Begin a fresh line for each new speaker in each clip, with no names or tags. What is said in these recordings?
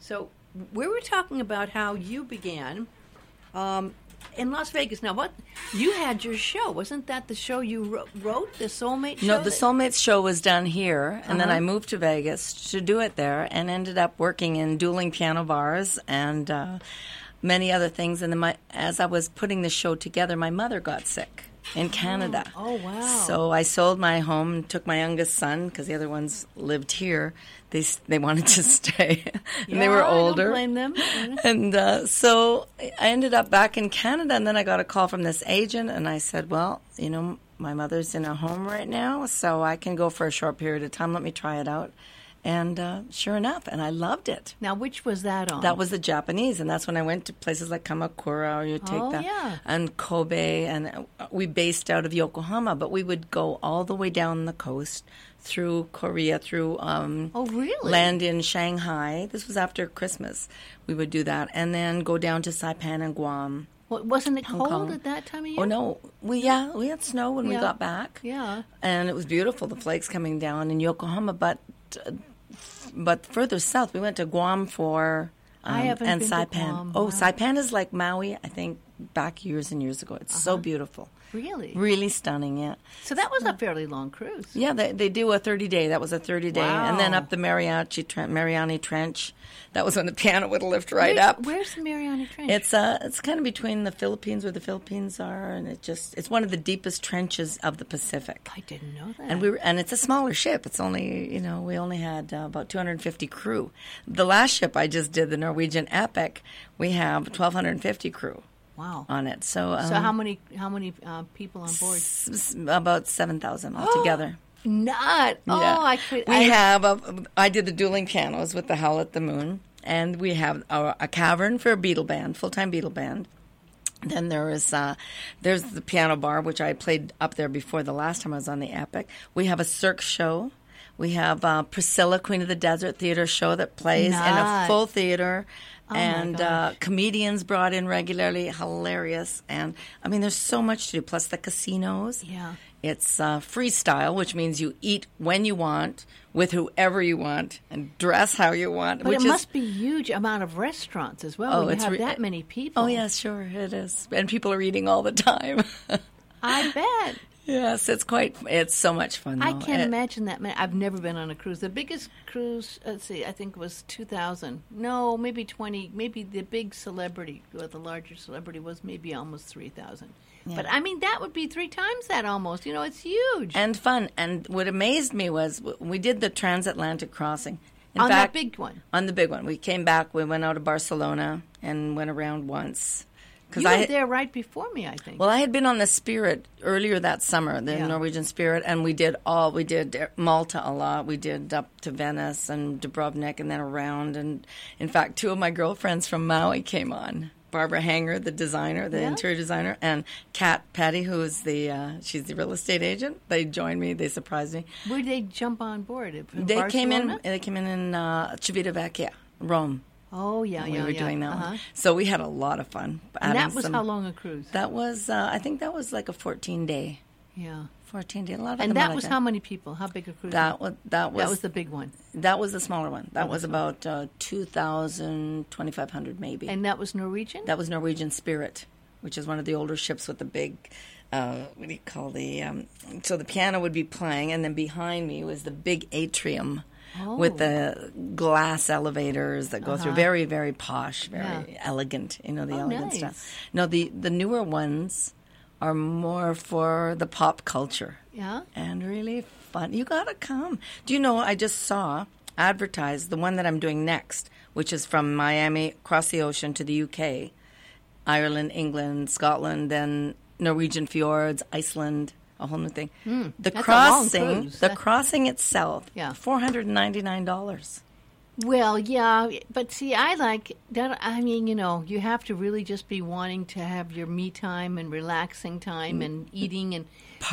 So we were talking about how you began um, in Las Vegas. Now, what you had your show? Wasn't that the show you wrote, wrote the Soulmate show?
No, the Soulmates show was done here, and
Uh-huh.
then I moved to Vegas to do it there, and ended up working in dueling piano bars and uh, many other things. And then, my, as I was putting the show together, my mother got sick in Canada.
Oh, wow.
So I sold my home, and took my youngest son because the other ones lived here. They s- they wanted to stay, and they
Yeah,
were
I don't
older
blame them.
and uh, so I ended up back in Canada, and then I got a call from this agent, and I said, "Well, you know, my mother's in a home right now, so I can go for a short period of time. Let me try it out." And uh, sure enough, and I loved it.
Now, which was that on?
That was the Japanese, and that's when I went to places like Kamakura, or you take
Oh,
that,
yeah.
and Kobe, and uh, we based out of Yokohama, but we would go all the way down the coast through Korea, through um,
Oh, really?
land in Shanghai. This was after Christmas. We would do that, and then go down to Saipan and Guam.
Wa- wasn't it cold
Kong.
at that time of year?
Oh no, we yeah, we had snow when we
Yeah.
got back.
Yeah.
and it was beautiful. The flakes coming down in Yokohama, but uh, but further south, we went to Guam for. Um,
I haven't
and
been to
Saipan.
Guam.
Oh,
Wow.
Saipan is like Maui. I think back years and years ago. It's so
Uh-huh.
beautiful,
Really?
really stunning. Yeah.
So that was a fairly long cruise.
Yeah, they, they do a 30 day. That was a 30 day. And then
Wow.
up the Mariachi Tren- Mariani Trench. That was when the piano would lift right
Where's-
up.
Where's the Mariana Trench?
It's uh, it's kind of between the Philippines where the Philippines are, and it just it's one of the deepest trenches of the Pacific.
I didn't know that.
And we were, and it's a smaller ship. It's only you know we only had uh, about 250 crew. The last ship I just did, the Norwegian Epic, we have 1,250 crew
wow.
on it. So, um,
so how many how many uh, people on board?
s- s- about 7,000 altogether.
Not.
Yeah.
Oh, I could.
We
I,
have. A, I did the dueling pianos with the Howl at the Moon, and we have a, a cavern for a beetle band, full time beetle band. Then there is uh, there's the piano bar, which I played up there before the last time I was on the Epic. We have a Cirque show. We have uh, Priscilla, Queen of the Desert theater show that plays in a
Nice. Oh
full theater, and uh,
gosh.
comedians brought in regularly, hilarious. And I mean, there's so much to do. Plus the casinos.
Yeah.
It's uh, freestyle, which means you eat when you want, with whoever you want, and dress how you want.
But
which
it
is,
must be huge amount of restaurants as well.
Oh,
when you
it's
have
re-
that many people.
Oh yeah, sure it is, and people are eating all the time.
I bet.
yes, it's quite. It's so much fun.
I
though.
can't
It-
imagine that many. I've never been on a cruise. The biggest cruise, let's see, I think was 2000. No, maybe 20. Maybe the big celebrity, or the larger celebrity, was maybe almost 3,000. But I mean, that would be three times that almost. You know, it's huge.
And fun. And what amazed me was w- we did the transatlantic crossing. In
on
fact,
that big one.
on the big one, we came back. We went out to Barcelona and went around once. Because
You were there right before me, I think.
Well, I had been on the Spirit earlier that summer, the
Yeah.
Norwegian Spirit, and we did all we did Malta a lot. We did up to Venice and Dubrovnik, and then around. And in fact, two of my girlfriends from Maui came on. Barbara Hanger, the designer, the
Yeah.
interior designer, and Kat Patty, who is the uh, she's the real estate agent. They joined me. They surprised me.
Where did they jump on board? It- from
They came in.
Barcelona?
They came in in uh, Civita Vecchia, Rome.
Oh, yeah,
we
yeah,
were
yeah.
doing that
Uh-huh.
one, so we had a lot of fun.
And
adding
that was
some-
how long a cruise?
That was uh, I think that was like a fourteen day.
yeah.
14 did a lot of
And
them
that
are
was
like
how many people? How big a cruise?
that was that was
that was the big one.
that was the smaller one that was about uh, 2000 2500 maybe
And that was Norwegian?
that was norwegian spirit which is one of the older ships with the big uh, what do you call the um, so the piano would be playing and then behind me was the big atrium
Oh.
with the glass elevators that go through very very posh very
Uh-huh. Yeah. Oh,
elegant you know the elegant
nice.
stuff no the the newer ones are more for the pop culture
yeah.
and really fun. You gotta come. Do you know? I just saw advertised the one that I'm doing next, which is from Miami across the ocean to the UK, Ireland, England, Scotland, then Norwegian fjords, Iceland, a whole new thing. the
Hmm. that's a long
crossing,
cruise.
the
That-
crossing itself,
Yeah.
four hundred and ninety nine dollars.
Well, yeah, but see, I like that. I mean, you know, you have to really just be wanting to have your me time and relaxing time and eating and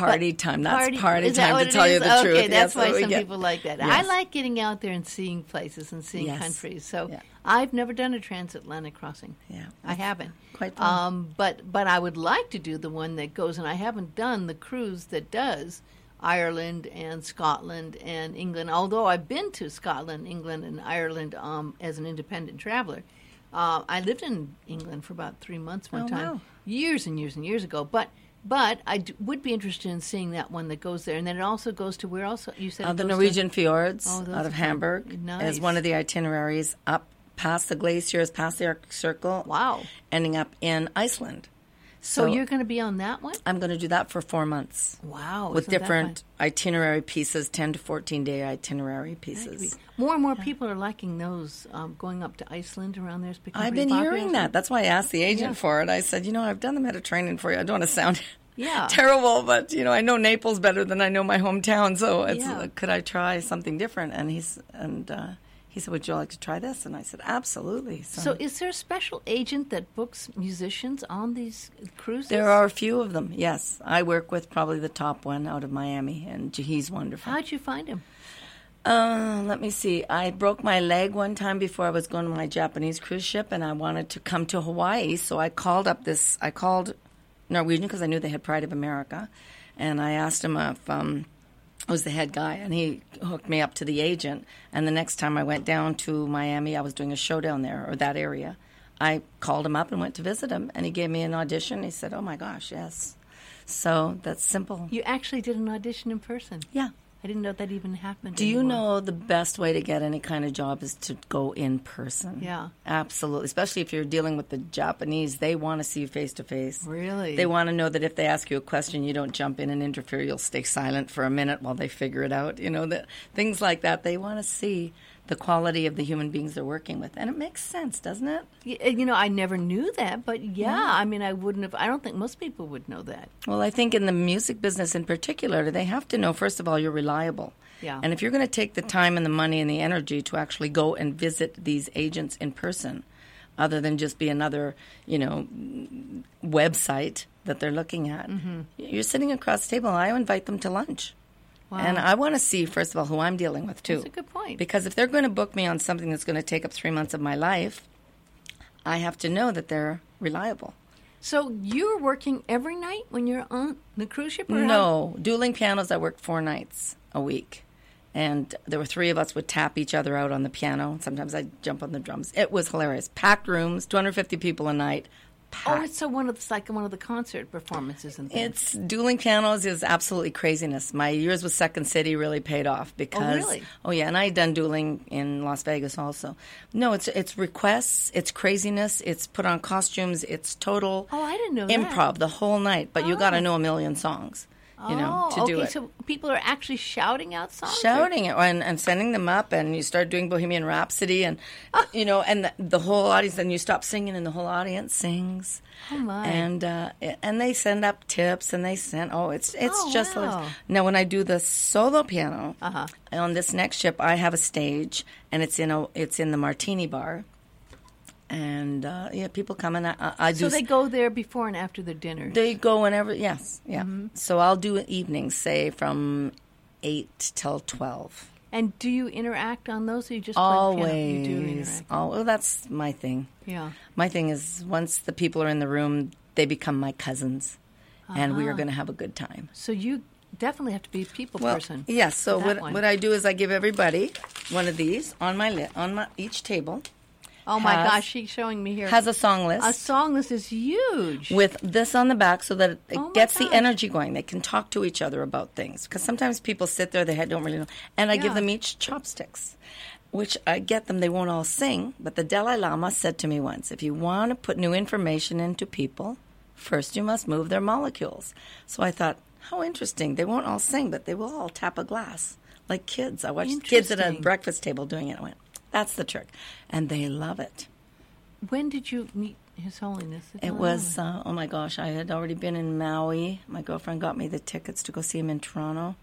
Party time. Mm-hmm. That's party,
is that
time
what
to
it
tell you
is?
the
okay,
truth.
that's
Yes,
why
what we
some
get.
people like that. I
Yes.
like getting out there and seeing places and seeing
Yes.
countries. So
Yeah.
I've never done a transatlantic crossing.
Yeah.
I haven't.
Quite fun.
Um, but but I would like to do the one that goes, and I haven't done the cruise that does Ireland and Scotland and England. Although I've been to Scotland, England, and Ireland um, as an independent traveler, uh, I lived in England for about three months one
Oh,
time,
wow.
years and years and years ago. But but I d- would be interested in seeing that one that goes there, and then it also goes to where also you said
Uh,
it
the
goes to-
Norwegian fjords
Oh, those
out of
are
Hamburg
nice.
as one of the itineraries up past the glaciers, past the Arctic Circle.
Wow.
Ending up in Iceland.
so, you're going to be on that one?
I'm going to do that for four months
Wow,
with
isn't that
different
fun?
itinerary pieces, 10 to 14 day itinerary pieces.
More and more people are liking those um, going up to Iceland around there. It's become
I've
pretty
been
popular.
hearing that. That's why I asked the agent
Yeah.
for it. I said, you know, I've done the Mediterranean for you. I don't want to sound
Yeah.
terrible, but you know, I know Naples better than I know my hometown. So it's
Yeah.
like, could I try something different? And he's and uh, he said, would you like to try this? And I said, absolutely. So,
So, is there a special agent that books musicians on these cruises?
there are a few of them. Yes, I work with probably the top one out of Miami, and he's wonderful.
How'd you find him?
Uh, let me see. I broke my leg one time before I was going to my Japanese cruise ship, and I wanted to come to Hawaii. So I called up this. I called Norwegian because I knew they had Pride of America, and I asked him if um, I was the head guy, and he hooked me up to the agent. And the next time I went down to Miami, I was doing a show down there or that area. I called him up and went to visit him, and he gave me an audition. He said, "Oh my gosh, yes." So that's simple.
You actually did an audition in person.
Yeah.
I didn't know that even happened.
Do you
anymore.
know the best way to get any kind of job is to go in person?
Yeah.
Absolutely. Especially if you're dealing with the Japanese, they want to see you face to face.
Really?
They want to know that if they ask you a question, you don't jump in and interfere. You'll stay silent for a minute while they figure it out. You know, that things like that. They want to see the quality of the human beings they're working with. And it makes sense, doesn't it?
Y- uh, You know, I never knew that, but yeah, I mean, I wouldn't have. I don't think most people would know that.
Well, I think in the music business in particular, they have to know first of all you're reliable.
Yeah.
And if you're going to take the time and the money and the energy to actually go and visit these agents in person, other than just be another, you know, mm, website that they're looking at,
Mm-hmm.
you're sitting across the table. I invite them to lunch.
Wow.
And I want to see first of all who I'm dealing with too.
That's a good point.
Because if they're going to book me on something that's going to take up 3 months of my life, I have to know that they're reliable.
So you're working every night when you're on the cruise ship? Or how-
No, dueling pianos. I worked four nights a week, and there were three of us would tap each other out on the piano. Sometimes I'd jump on the drums. It was hilarious. Packed rooms, 250 people a night.
Oh,
Packed.
it's so one of it's like one of the concert performances and things.
It's dueling pianos is absolutely craziness. My years with Second City really paid off because
really?
oh yeah, and I had done dueling in Las Vegas also. No, it's it's requests, it's craziness, it's put on costumes, it's total
Oh, I didn't know that.
improv the whole night. But you got to know a million songs, you know,
oh,
to
okay.
do it.
So people are actually shouting out songs. or-
shouting it and, and sending them up and you start doing bohemian rhapsody and
Ah.
you know and the, the whole audience then you stop singing and the whole audience sings
Oh, my.
and uh, and they send up tips and they send oh it's it's
Oh,
just
wow.
now when i do the solo piano
Uh-huh.
on this next ship i have a stage and it's in a it's in the martini bar and uh, yeah people come and i, I I do
So
s-
they go there before and after their dinner.
they go whenever. Yes, yeah.
Mm-hmm.
So I'll do evenings, say from eight till twelve.
and do you interact on those? Or you just Play the piano? You
Always.
do interact.
Oh, well, that's my thing.
Yeah.
My thing is once the people are in the room, they become my cousins, and
Ah.
we are going to have a good time.
So you definitely have to be a people
Well,
person.
yeah. So
That
what,
one.
what I do is I give everybody one of these on my li- on my each table
Oh my
has-
gosh, she's showing me here
has a song list.
a song. This is huge.
with this on the back so that it
Oh my
gets
gosh.
the energy going. They can talk to each other about things because sometimes people sit there, they ha- don't really know. And I
Yeah.
give them each chopsticks, which I get them. They won't all sing, but the Dalai Lama said to me once if you want to put new information into people, first you must move their molecules. So I thought, how interesting. They won't all sing, but they will all tap a glass like kids. I watched kids at a
Interesting.
breakfast table doing it. I went, that's the trick. And they love it.
when did you meet His Holiness?
It was, uh, oh my gosh, I had already been in Maui. My girlfriend got me the tickets to go see him in Toronto.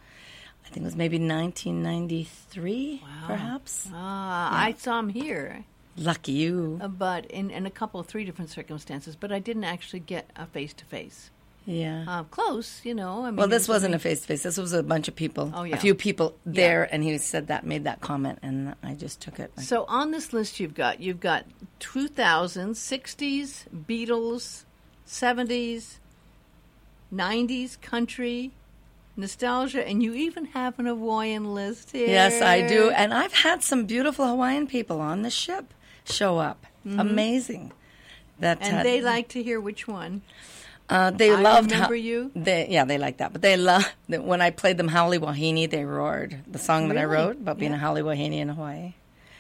I think it was maybe 1993, perhaps.
Ah, I saw him here,
Lucky you.
uh, but in, in a couple of three different circumstances. But I didn't actually get a face to face.
Yeah.
Uh, Close, you know. I mean,
well,
it
this
was
wasn't a face to face. This was a bunch of people.
Oh, yeah.
A few people there, and he said that, made that comment, and I just took it. Like,
So on this list you've got you've got 2000s, 60s, Beatles, 70s, 90s country, nostalgia, and you even have an Hawaiian list here.
Yes, I do. And I've had some beautiful Hawaiian people on the ship show up. Amazing. That
Mm-hmm. and
uh,
they like to hear which one.
uh, they
I
loved
Remember You?
They, yeah, they like that. But they love that when I played them Howley Wahine, they roared. The song that I
Really?
wrote about being
Yeah.
a Howley Wahine in Hawaii.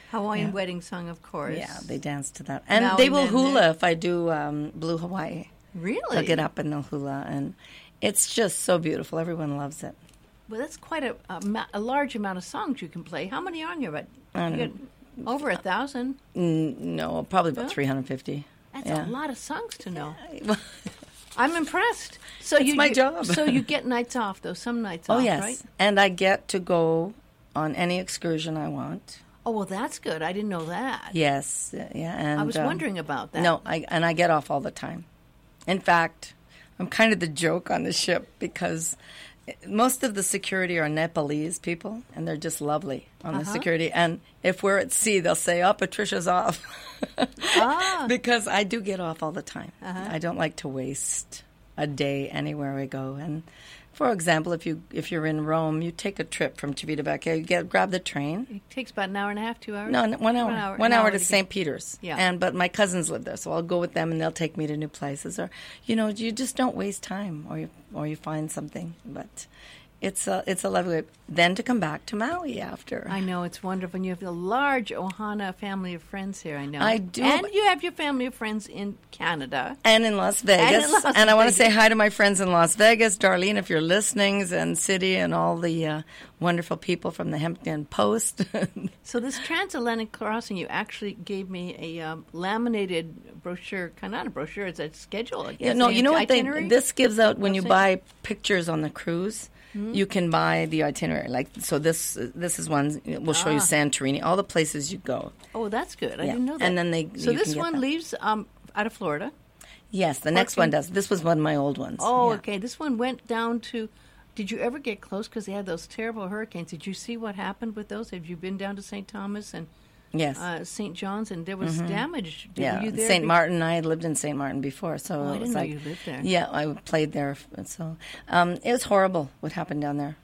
Hawaiian wedding song, of course.
Yeah, they dance to that, and
Now
they
and
will
then
hula
they-
if I do um, Blue Hawaii.
really
They'll get up and they'll hula, and it's just so beautiful. Everyone loves it.
Well, that's quite a, a, ma- a large amount of songs you can play. How many on your record? Over a thousand.
Mm, No, probably about
Huh?
350.
That's
yeah.
a lot of songs to know.
Well,
I'm impressed. So you,
my
you-
job.
so you get nights off though. Some nights
oh
off,
yes,
right?
and I get to go on any excursion I want.
Oh well, that's good. I didn't know that.
Yes, uh, yeah. And
I was
um,
wondering about that.
No, I, and I get off all the time. In fact, I'm kind of the joke on the ship because most of the security are Nepalese people, and they're just lovely on
Uh-huh.
the security. And if we're at sea, they'll say, "Oh, Patricia's off,"
Ah. Uh-huh.
because I do get off all the time. I don't like to waste a day anywhere I go. And for example, if you if you're in Rome, you take a trip from Civita Vecchia, you get grab the train.
It takes about an hour and a half, two hours.
No, n- one hour. One hour,
an
to
get-
St. Peter's.
Yeah.
And but my cousins live there, so I'll go with them, and they'll take me to new places. Or, you know, you just don't waste time, or you or you find something. But it's a it's a lovely. way. Then to come back to Maui after.
I know it's wonderful, and you have a large Ohana family of friends here. I know.
I do.
and you have your family of friends in Canada.
and in Las Vegas.
Las
And I want to say
Vegas.
hi to my friends in Las Vegas, Darlene, if you're listening, and City, and all the uh, wonderful people from the Hempton Post.
So this transatlantic crossing, you actually gave me a um, laminated brochure, kind of not a brochure, it's a schedule. I
Yeah,
guess,
no,
an
you know what they
itinerary?
this gives out when you
Website?
buy pictures on the cruise. You can buy the itinerary. Like so, this this is one. We'll show you Santorini, all the places you go.
Oh, that's good. I
Yeah.
didn't know that.
And then they-
So
you
this
can get
one
that.
leaves um, out of Florida.
Yes, the next one
Parking-
does. This was one of my old ones.
Oh,
Yeah.
okay. This one went down to. Did you ever get close? Because they had those terrible hurricanes. Did you see what happened with those? Have you been down to St. Thomas and
Yes.
uh, St. John's, and there was damage? Did- were
Mm-hmm. yeah,
you there
St.
be-
Martin. I had lived in St. Martin before, so
I
it was
didn't know
like,
you lived there.
Yeah, I played there. f- So um, it was horrible. What happened down there?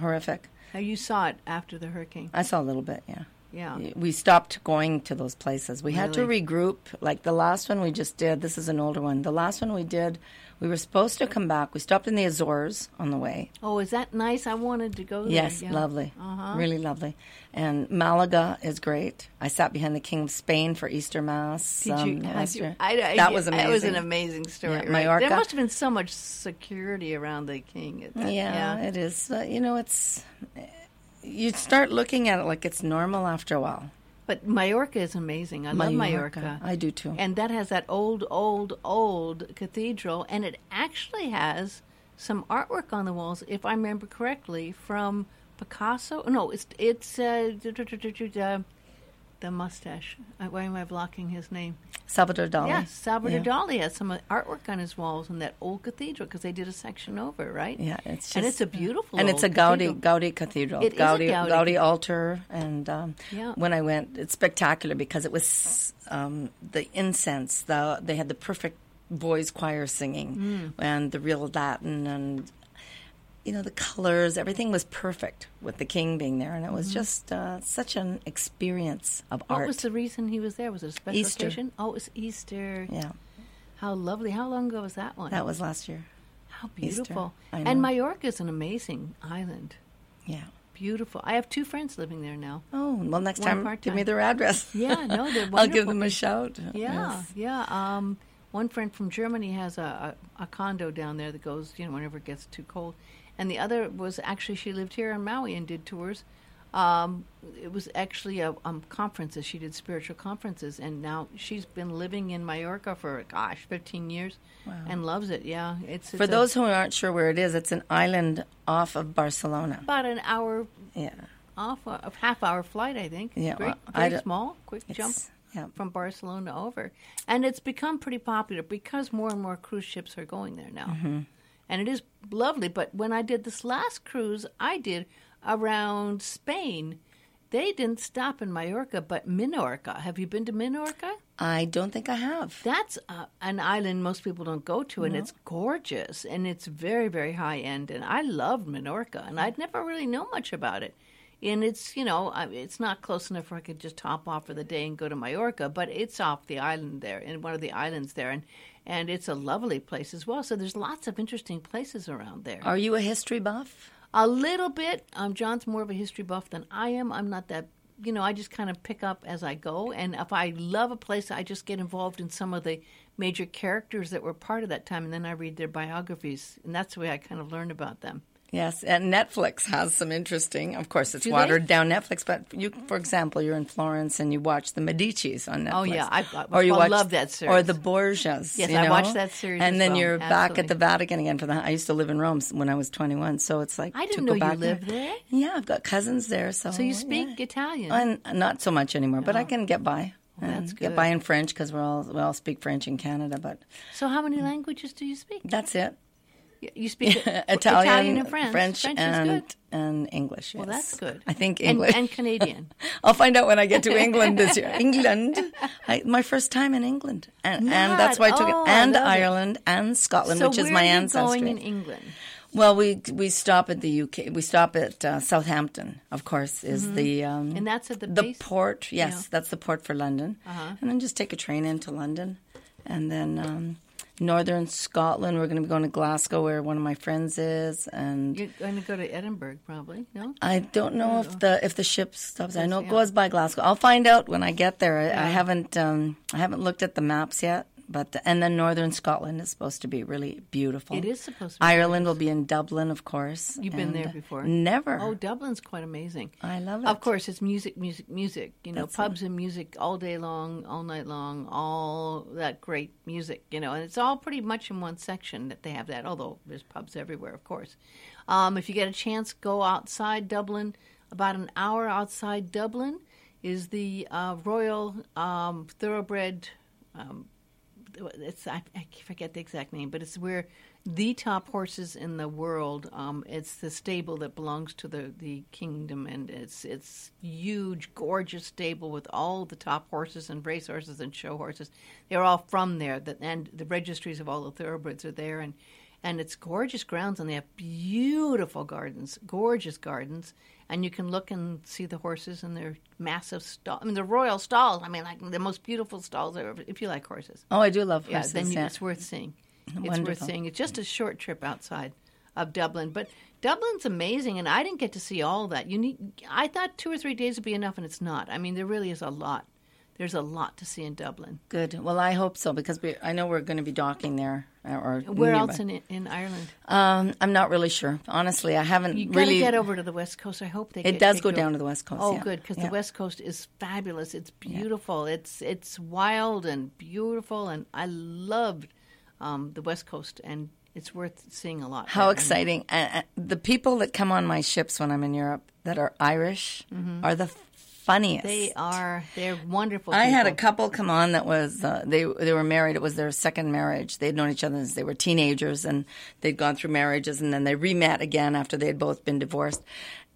Horrific.
Now Oh, you saw it after the hurricane.
I saw a little bit. Yeah.
Yeah.
we stopped going to those places. We had to
Um, Really?
regroup. Like the last one we just did, this is an older one. The last one we did, we were supposed to come back. We stopped in the Azores on the way.
Oh, is that nice? I wanted to go Uh-huh. there.
Yes,
yeah.
lovely. Really lovely. And Malaga is great. I sat behind the King of Spain for Easter Mass.
Did
um,
you,
last
had you-
year.
I, I-
that was amazing.
That was an amazing story.
Yeah,
right?
Mallorca.
There must have been so much security around the king. At that.
Yeah, it is. Uh, you know, it's. You start looking at it like it's normal after a while.
But Mallorca is amazing. I love Mallorca.
I do too.
And that has that old, old, old cathedral, and it actually has some artwork on the walls, if I remember correctly, from Picasso. No, it's it's uh, du- du- du- du- du- du- the mustache. Uh, Why am I blocking his name?
Salvador Dali.
Yes, Salvador
Oh. Yeah.
Dali has some uh, artwork on his walls in that old cathedral because they did a section over, right?
Yeah, it's just, uh,
and it's a beautiful
and it's a
old
Gaudi
cathedral.
Gaudi cathedral.
It is a
Gaudi,
Gaudi.
altar, and um,
Yeah.
when I went, it's spectacular because it was um, the incense. The they had the perfect boys choir
Mm.
singing and the real Latin and. You know the colors, everything was perfect with the king being there, and it was just uh, such an experience of
Mm-hmm. What
art.
was the reason he was there? Was it a special
Easter.
occasion? Oh, it was Easter.
yeah,
How lovely. How long ago was that one?
that was last year.
How beautiful.
I
And
know.
Mallorca is an amazing island.
Yeah.
Beautiful. I have two friends living there now.
Oh well, next
One
time give
part-time.
me their address.
Yeah, no, they're
I'll give
wonderful
them a shout.
Yeah,
Yes.
yeah. Um, one friend from Germany has a, a, a condo down there that goes, you know, whenever it gets too cold. And the other was actually, she lived here in Maui and did tours. Um, it was actually a um, conferences. She did spiritual conferences, and now she's been living in Mallorca for gosh, fifteen years, and loves it. Yeah, it's, it's
For
a-
those who aren't sure where it is, it's an island off of Barcelona.
about an hour
Yeah.
off uh, a a half hour flight, I think.
Yeah,
very,
well, I
very
d-
small, quick jump
It's- yeah.
from Barcelona over, and it's become pretty popular because more and more cruise ships are going there now,
Mm-hmm.
and it is lovely. But when I did this last cruise, I did around Spain. They didn't stop in Majorca, but Minorca. Have you been to Minorca?
I don't think I have.
That's uh, an island most people don't go to, and it's gorgeous, and it's very, very high end. And I loved Minorca, and I'd never really know much about it. And it's you know I- it's not close enough where I could just hop off for the day and go to Majorca, but it's off the island there, in one of the islands there, and and it's a lovely place as well. So there's lots of interesting places around there.
Are you a history buff?
A little bit. Um, John's more of a history buff than I am. I'm not that. You know, I just kind of pick up as I go, and if I love a place, I just get involved in some of the major characters that were part of that time, and then I read their biographies, and that's the way I kind of learn about them.
Yes, and Netflix has some interesting. Of course, it's
Do they?
watered down Netflix, but you, for example, you're in Florence and you watch the Medici's on Netflix.
Oh, yeah, I- I- I love that
Or
series.
the Borgias.
Yes,
you
I
know?
watched that series
And
as
then
well.
you're back at
Absolutely.
the Vatican again. For the I used to live in Rome when I was 21, so it's like
I
to
didn't
go
know you
back
lived there.
Yeah, I've got cousins there, so
So you speak
yeah.
Italian.
And not so much anymore, but I can get by.
that's
and Get
good.
by in French because we all we all speak French in Canada, but
so how many languages do you speak?
that's it.
Y- You speak Italian,
Italian,
and French. French is
and
good.
and English.
Well,
yes.
that's good.
I think
And-
English
and Canadian.
I'll find out when I get to England this year. England, I, my first time in England, and, and that's why I took
Oh,
it.
I
And
love it.
Ireland and Scotland,
So
which is
where
my
are you
ancestry.
going in England?
well, we we stop at the UK. We stop at uh, Southampton, of course, is the um,
Mm-hmm. And that's at the,
the
base?
port. Yes,
Yeah. Uh-huh.
that's the port for London, and then just take a train into London, and then. Um, Northern Scotland. We're going to be going to Glasgow, where one of my friends is, and
You're going to go to Edinburgh, probably, no?
I don't know if the if the ship stops. I know it goes by Glasgow. I'll find out when I get there. I, I haven't um, I haven't looked at the maps yet. But the, and then northern Scotland is supposed to be really beautiful.
It is supposed to be
Ireland will be in Dublin, of course.
You've been
and-
there before?
Never.
Oh, Dublin's quite amazing.
I love it.
Of course, it's music, music, music. You know, pubs and music all day long, all night long, all that great music. You know, and it's all pretty much in one section that they have that. Although there's pubs everywhere, of course. Um, if you get a chance, go outside Dublin. About an hour outside Dublin is the uh, Royal um, Thoroughbred it's I, I forget the exact name, but it's where the top horses in the world. Um, it's the stable that belongs to the, the kingdom, and it's it's huge, gorgeous stable with all the top horses and race horses and show horses. They're all from there, the, and the registries of all the thoroughbreds are there, and and it's gorgeous grounds, and they have beautiful gardens, gorgeous gardens. And you can look and see the horses and their massive stall. I mean, the royal stalls. I mean, like the most beautiful stalls I've ever. If you like horses,
oh, I do love
yeah,
horses.
then you,
yeah.
it's worth seeing. It's worth
Wonderful.
seeing. It's just a short trip outside of Dublin, but Dublin's amazing, and I didn't get to see all that. You need. I thought two or three days would be enough, and it's not. I mean, there really is a lot. There's a lot to see in Dublin.
Good. Well, I hope so because we, I know we're going to be docking there. uh, Or
Where
nearby.
else in in Ireland?
Um, I'm not really sure. Honestly, I haven't
You
really.
gotta get over to the West Coast. I hope they.
It
get
does
kicked
go
over.
down to the West Coast,
Oh,
yeah.
good, because
Yeah.
the West Coast is fabulous. It's beautiful. It's it's wild and beautiful, and I loved um, the West Coast, and it's worth seeing a lot.
How
there.
exciting! Uh, uh, the people that come on my ships when I'm in Europe that are Irish
Mm-hmm.
are the funniest.
They are. They're wonderful.
I had a
people.
couple come on that was uh, they they were married. It was their second marriage. They'd known each other since they were teenagers, and they'd gone through marriages, and then they remet again after they had both been divorced.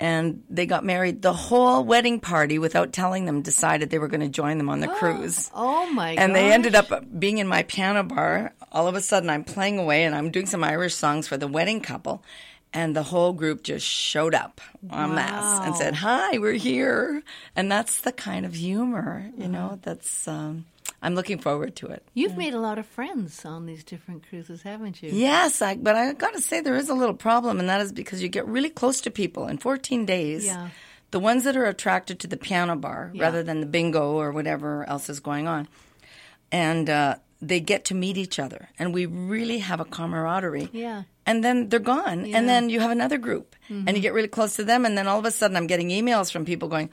And they got married. The whole wedding party, without telling them, decided they were going to join them on the cruise.
Oh my!
And they
gosh.
ended up being in my piano bar. All of a sudden, I'm playing away and I'm doing some Irish songs for the wedding couple. And the whole group just showed up en masse and said, Hi, we're here. And that's the kind of humor, you know, that's, um, I'm looking forward to it.
You've made a lot of friends on these different cruises, haven't you?
Yes, I, but I got to say, there is a little problem, and that is because you get really close to people in 14 days.
Yeah.
The ones that are attracted to the piano bar
Yeah.
rather than the bingo or whatever else is going on. And uh, they get to meet each other, and we really have a camaraderie.
Yeah. Mm-hmm.
And then they're gone, and then you have another group, and you get really close to them, and then all of a sudden, I'm getting emails from people going,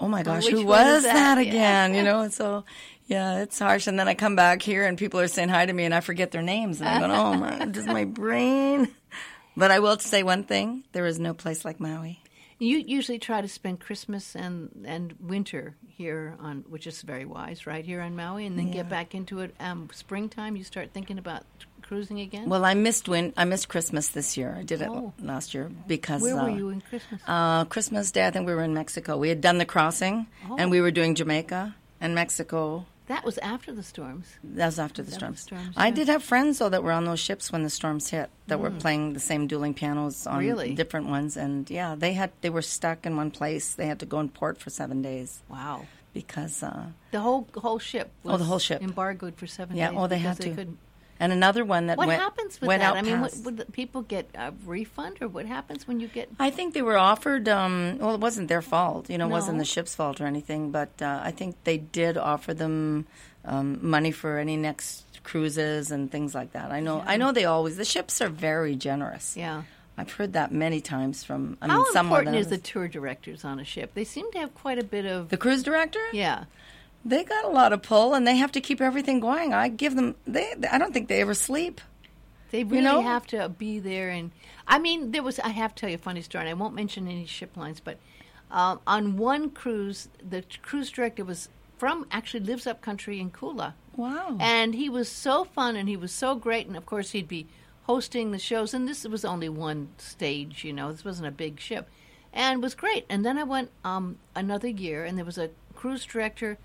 "Oh my gosh,
which
who
one is
was
that?"
that,
Yeah.
again?" You know, and so yeah, it's harsh. And then I come back here, and people are saying hi to me, and I forget their names, and I'm going, "Oh my, this is my brain." But I will say one thing: there is no place like Maui.
You usually try to spend Christmas and and winter here on, which is very wise, right here on Maui, and then get back into it. Um, springtime, you start thinking about cruising again?
Well, I missed when I missed Christmas this year. I did it
Oh.
last year because
Where
uh,
were you in Christmas?
Uh, Christmas Day, I think we were in Mexico. We had done the crossing,
Oh.
and we were doing Jamaica and Mexico.
that was after the storms.
That was after the storms.
storms,
I
yeah. Mm.
did have friends though that were on those ships when the storms hit that were playing the same dueling pianos on
Really?
different ones, and yeah, they had they were stuck in one place. They had to go in port for seven days
Wow.
because uh,
The whole whole ship. Was
Oh, the whole ship.
embargoed for seven
yeah,
days.
oh they
because
had to.
couldn't-
and another one that
What
went,
happens with
went
that?
out
I mean, what,
past-
would the people get a refund, or what happens when you get?
I think they were offered. Um, well, it wasn't their fault. You know, it wasn't
No.
the ship's fault or anything. But uh, I think they did offer them um, money for any next cruises and things like that. I know. I know they always. The ships are very generous.
Yeah.
I've heard that many times from. I mean,
How
some
important
of
is the tour directors on a ship? They seem to have quite a bit of.
the cruise director?
yeah.
They got a lot of pull, and they have to keep everything going. I give them. They. I don't think they ever sleep.
They really
know?
have to be there, and I mean, there was. I have to tell you a funny story, and I won't mention any ship lines, but um, on one cruise, the t- cruise director was from actually lives up country in Kula,
Wow.
and he was so fun, and he was so great, and of course he'd be hosting the shows, and this was only one stage, you know, this wasn't a big ship, and was great. And then I went um, another year, and there was a cruise director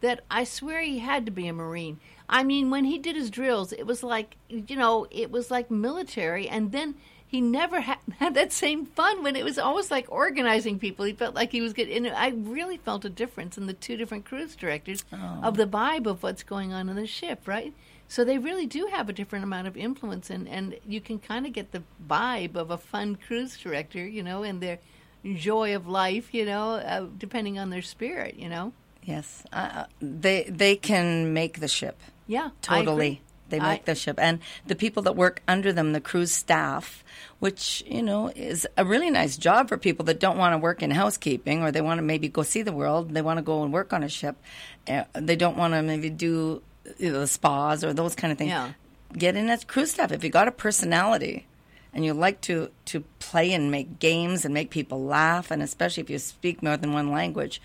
that I swear he had to be a marine. I mean, when he did his drills, it was like you know, it was like military, and then he never ha- had that same fun when it was always like organizing people. He felt like he was getting. And I really felt a difference in the two different cruise directors of the vibe of what's going on in the ship, right? So they really do have a different amount of influence, and and you can kind of get the vibe of a fun cruise director, you know, and their joy of life, you know, uh, depending on their spirit, you know.
yes. Uh, they. They can make the ship.
Yeah, I agree.
Totally. They
I-
make the ship. And the people that work under them, the cruise staff, which, you know, is a really nice job for people that don't want to work in housekeeping or they want to maybe go see the world. They want to go and work on a ship. Uh, they don't want to maybe do you know, the spas or those kind of things.
Yeah.
Get in as cruise staff. If you got a personality and you like to, to play and make games and make people laugh, and especially if you speak more than one language,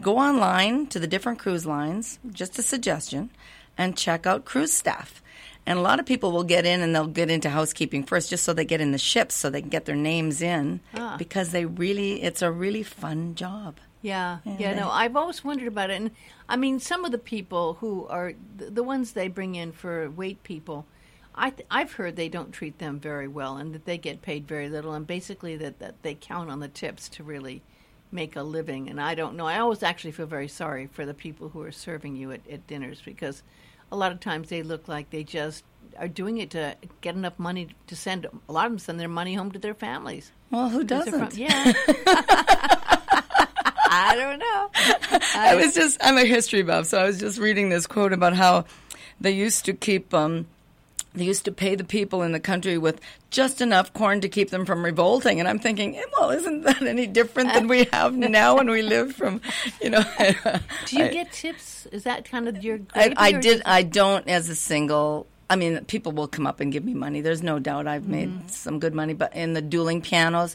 go online to the different cruise lines, just a suggestion, and check out cruise staff. And a lot of people will get in and they'll get into housekeeping first just so they get in the ships so they can get their names in because they really, it's a really fun job.
Yeah, yeah, no, I've always wondered about it. And I mean, some of the people who are the, the ones they bring in for weight people, I th- I've heard they don't treat them very well and that they get paid very little and basically that, that they count on the tips to really make a living. And I don't know. I always actually feel very sorry for the people who are serving you at, at dinners because a lot of times they look like they just are doing it to get enough money to send a lot of them send their money home to their families.
Well, who
These are from-
doesn't?
yeah. I don't know.
I was just I'm a history buff, so I was just reading this quote about how they used to keep um they used to pay the people in the country with just enough corn to keep them from revolting, and I'm thinking, eh, well, isn't that any different than we have now when we live from, you know?
Do you get tips? Is that kind of your?
I,
gravy,
I
or
did. I don't as a single. I mean, people will come up and give me money. There's no doubt I've
Mm-hmm.
made some good money. But in the dueling pianos,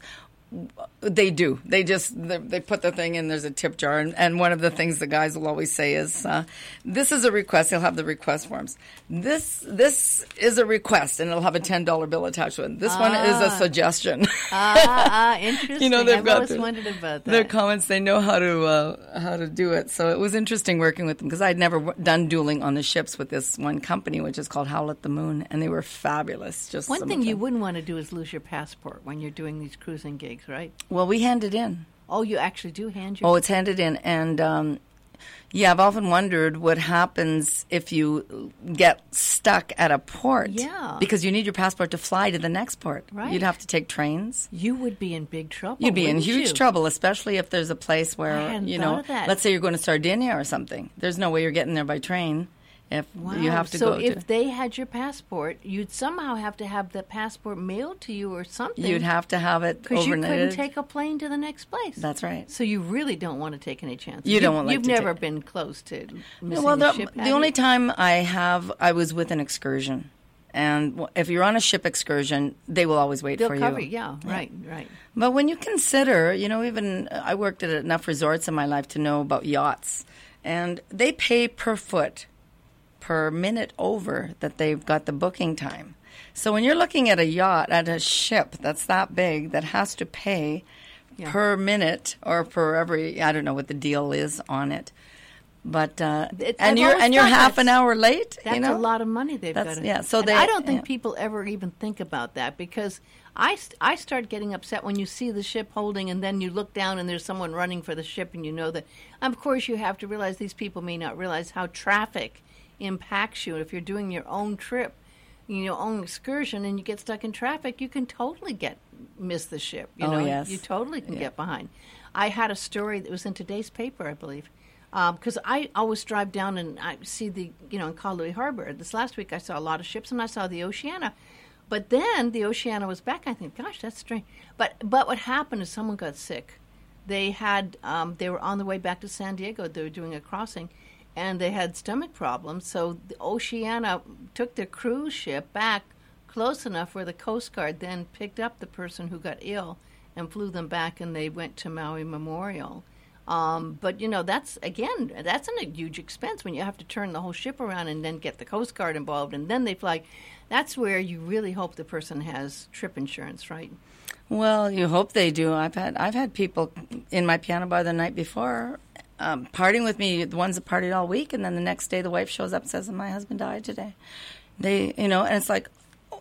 w- they do. They just they, they put the thing in. There's a tip jar, and, and one of the things the guys will always say is, uh, "This is a request." They'll have the request forms. This this is a request, and it'll have a ten dollar bill attached to it. This one is a suggestion.
Ah, ah, interesting.
you know they've
I've
got
always
the-
wondered about
Their
that.
comments, they know how to uh, how to do it. So it was interesting working with them because I'd never w- done dueling on the ships with this one company, which is called Howl at the Moon, and they were fabulous. Just
One
some
thing
of
you
them.
wouldn't want to do is lose your passport when you're doing these cruising gigs, right?
well, we handed in.
Oh, you actually do hand your.
Oh, it's handed in, and um, yeah, I've often wondered what happens if you get stuck at a port.
Yeah.
because you need your passport to fly to the next port.
Right.
you'd have to take trains.
you would be in big trouble.
You'd be in
wouldn't
huge
you?
trouble, especially if there's a place
I
where
hadn't
you
thought
know,
of that.
let's say you're going to Sardinia or something. There's no way you're getting there by train if
Wow.
you have to
so
go
if
to.
they had your passport, you'd somehow have to have the passport mailed to you or something.
You'd have to have it
because you couldn't
overnighted.
take a plane to the next place.
That's right.
So you really don't want to take any chances.
You don't want, like,
You've
to
never
take-
been close to missing
Well,
a
the,
ship.
the
have you?
only time I have, I was with an excursion, and w- if you're on a ship excursion, they will always wait
they'll
for
cover.
you.
Yeah, right, right.
But when you consider, you know, even uh, I worked at enough resorts in my life to know about yachts, and they pay per foot. per minute over that they've got the booking time. So when you're looking at a yacht, at a ship that's that big that has to pay
Yeah.
per minute or per every, I don't know what the deal is on it. But uh,
It- I've
and you're
always
and you're
thought
half
that's-
an hour late.
That's
you know?
a lot of money they've
That's-
got. to-
yeah, so
and
they-
I don't think
yeah.
people ever even think about that because I, st- I start getting upset when you see the ship holding and then you look down and there's someone running for the ship and you know that. Of course, you have to realize these people may not realize how traffic impacts you. If you're doing your own trip, your own excursion, and you get stuck in traffic, you can totally get miss the ship. You
Oh,
know,
yes.
you totally can get behind. I had a story that was in today's paper, I believe, because I always drive down and I see the you know in Kalui Harbor. This last week I saw a lot of ships and I saw the Oceana, but then the Oceana was back. I think, gosh, that's strange. But but what happened is someone got sick. They had um, they were on the way back to San Diego. They were doing a crossing. And they had stomach problems, so the Oceana took the cruise ship back close enough where the Coast Guard then picked up the person who got ill and flew them back, and they went to Maui Memorial. Um, but you know, that's again, that's an, a huge expense when you have to turn the whole ship around and then get the Coast Guard involved, and then they fly. That's where you really hope the person has trip insurance, right?
Well, you hope they do. I've had I've had people in my piano bar the night before um, partying with me. The ones that partied all week, and then the next day the wife shows up and says, "My husband died today." They, you know, and it's like,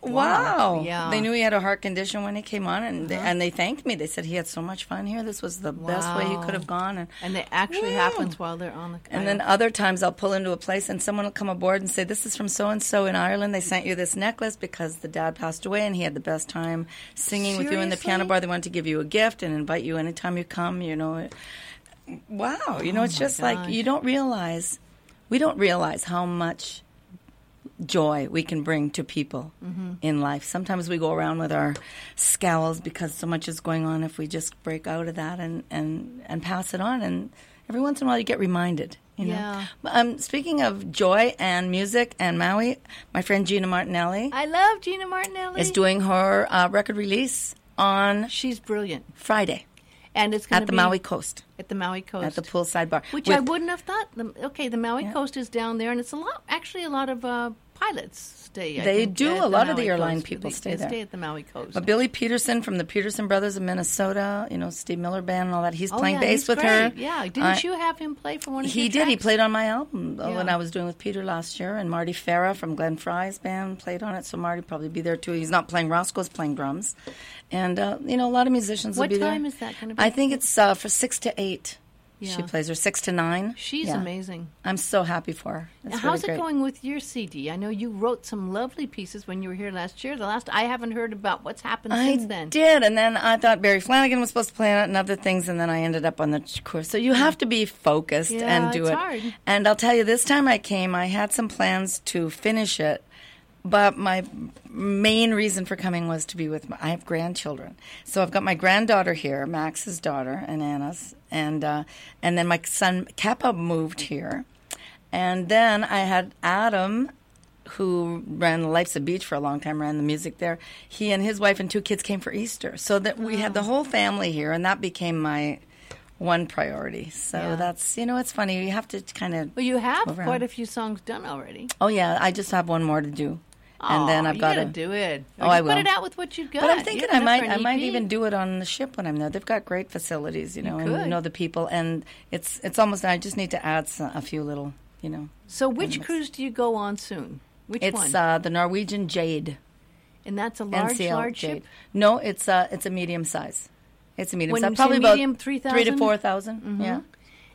wow.
Yeah. Uh-huh.
They knew he had a heart condition when he came on, and they, and they thanked me. They said he had so much fun here. This was the best way he
Wow.
could have gone, and
And that actually
Wow.
happens while they're on the.
and then other times I'll pull into a place and someone will come aboard and say, This is from so and so in Ireland. They sent you this necklace because the dad passed away and he had the best time singing with you in the piano
Seriously?
bar. They wanted to give you a gift and invite you anytime you come, you know. Wow. You know, it's just like
Oh gosh.
you don't realize, we don't realize how much joy we can bring to people
Mm-hmm.
in life. Sometimes we go around with our scowls because so much is going on. If we just break out of that and and and pass it on, and every once in a while you get reminded. You know?
Yeah.
But, Um, speaking of joy and music and Maui, my friend Gina Martinelli
I love Gina Martinelli.
is doing her uh, record release on
She's brilliant,
Friday
and it's going
at the Maui Coast
at the Maui coast
at the poolside bar.
Which
with-
I wouldn't have thought. The, okay, the Maui
Yeah.
coast is down there, and it's a lot. Actually, a lot of uh, pilots stay. I
They
think,
do.
at
A lot of
Maui
the airline
coast.
people
They-
stay
they
there.
Stay at the Maui coast.
But Billy Peterson from the Peterson Brothers of Minnesota, you know, Steve Miller Band and all that, he's
Oh,
playing
yeah,
bass
he's
with her. Uh,
great. Yeah, didn't
I-
you have him play for one of
He
your
did. He
tracks?
played on my album uh, when
Yeah.
I was doing with Peter last year, and Marty Farah from Glenn Fry's band played on it. So Marty probably be there too. He's not playing Roscoe's playing drums, and uh, you know a lot of musicians
What
will be there.
time is that gonna be?
I think it's uh, for six to eight. She
Yeah.
plays her six to nine.
She's
Yeah.
amazing.
I'm so happy for her. It's
Now,
really
how's
great.
it going with your CD? I know you wrote some lovely pieces when you were here last year. The last I haven't heard about what's happened
I
since then.
did, and then I thought Barry Flanagan was supposed to play on it and other things, and then I ended up on the ch- course. So you have to be focused
Hmm. Yeah,
and do
it's
it.
hard.
And I'll tell you, this time I came, I had some plans to finish it, but my main reason for coming was to be with my. I have grandchildren, so I've got my granddaughter here, Max's daughter, and Anna's, and uh, and then my son Kappa moved here, and then I had Adam who ran Life's a Beach for a long time, ran the music there. He and his wife and two kids came for Easter, so that we had the whole family here, and that became my one priority. So
Yeah.
that's you know, it's funny. You have to kind of.
Well, you have
Around.
quite a few songs done already.
Oh yeah, I just have one more to do, and
Aw,
then I've
you
got
gotta
to
do it.
Oh,
Or
I
you
will.
Put it out with what you got.
But I'm
You're
thinking
not
I
up
might
for an E
I might
EP.
even do it on the ship when I'm there. They've got great facilities, you know, and you
could.
know the people, and it's it's almost. I just need to add some, a few little, you know.
So, which cruise do you go on soon? Which
It's
one?
uh, the Norwegian Jade.
and that's a large,
NCL
large
Jade.
ship.
No, it's a it's a medium size. It's a medium
When
size.
you say
Probably
medium, Mm-hmm.
about three to
3,000?
four Yeah.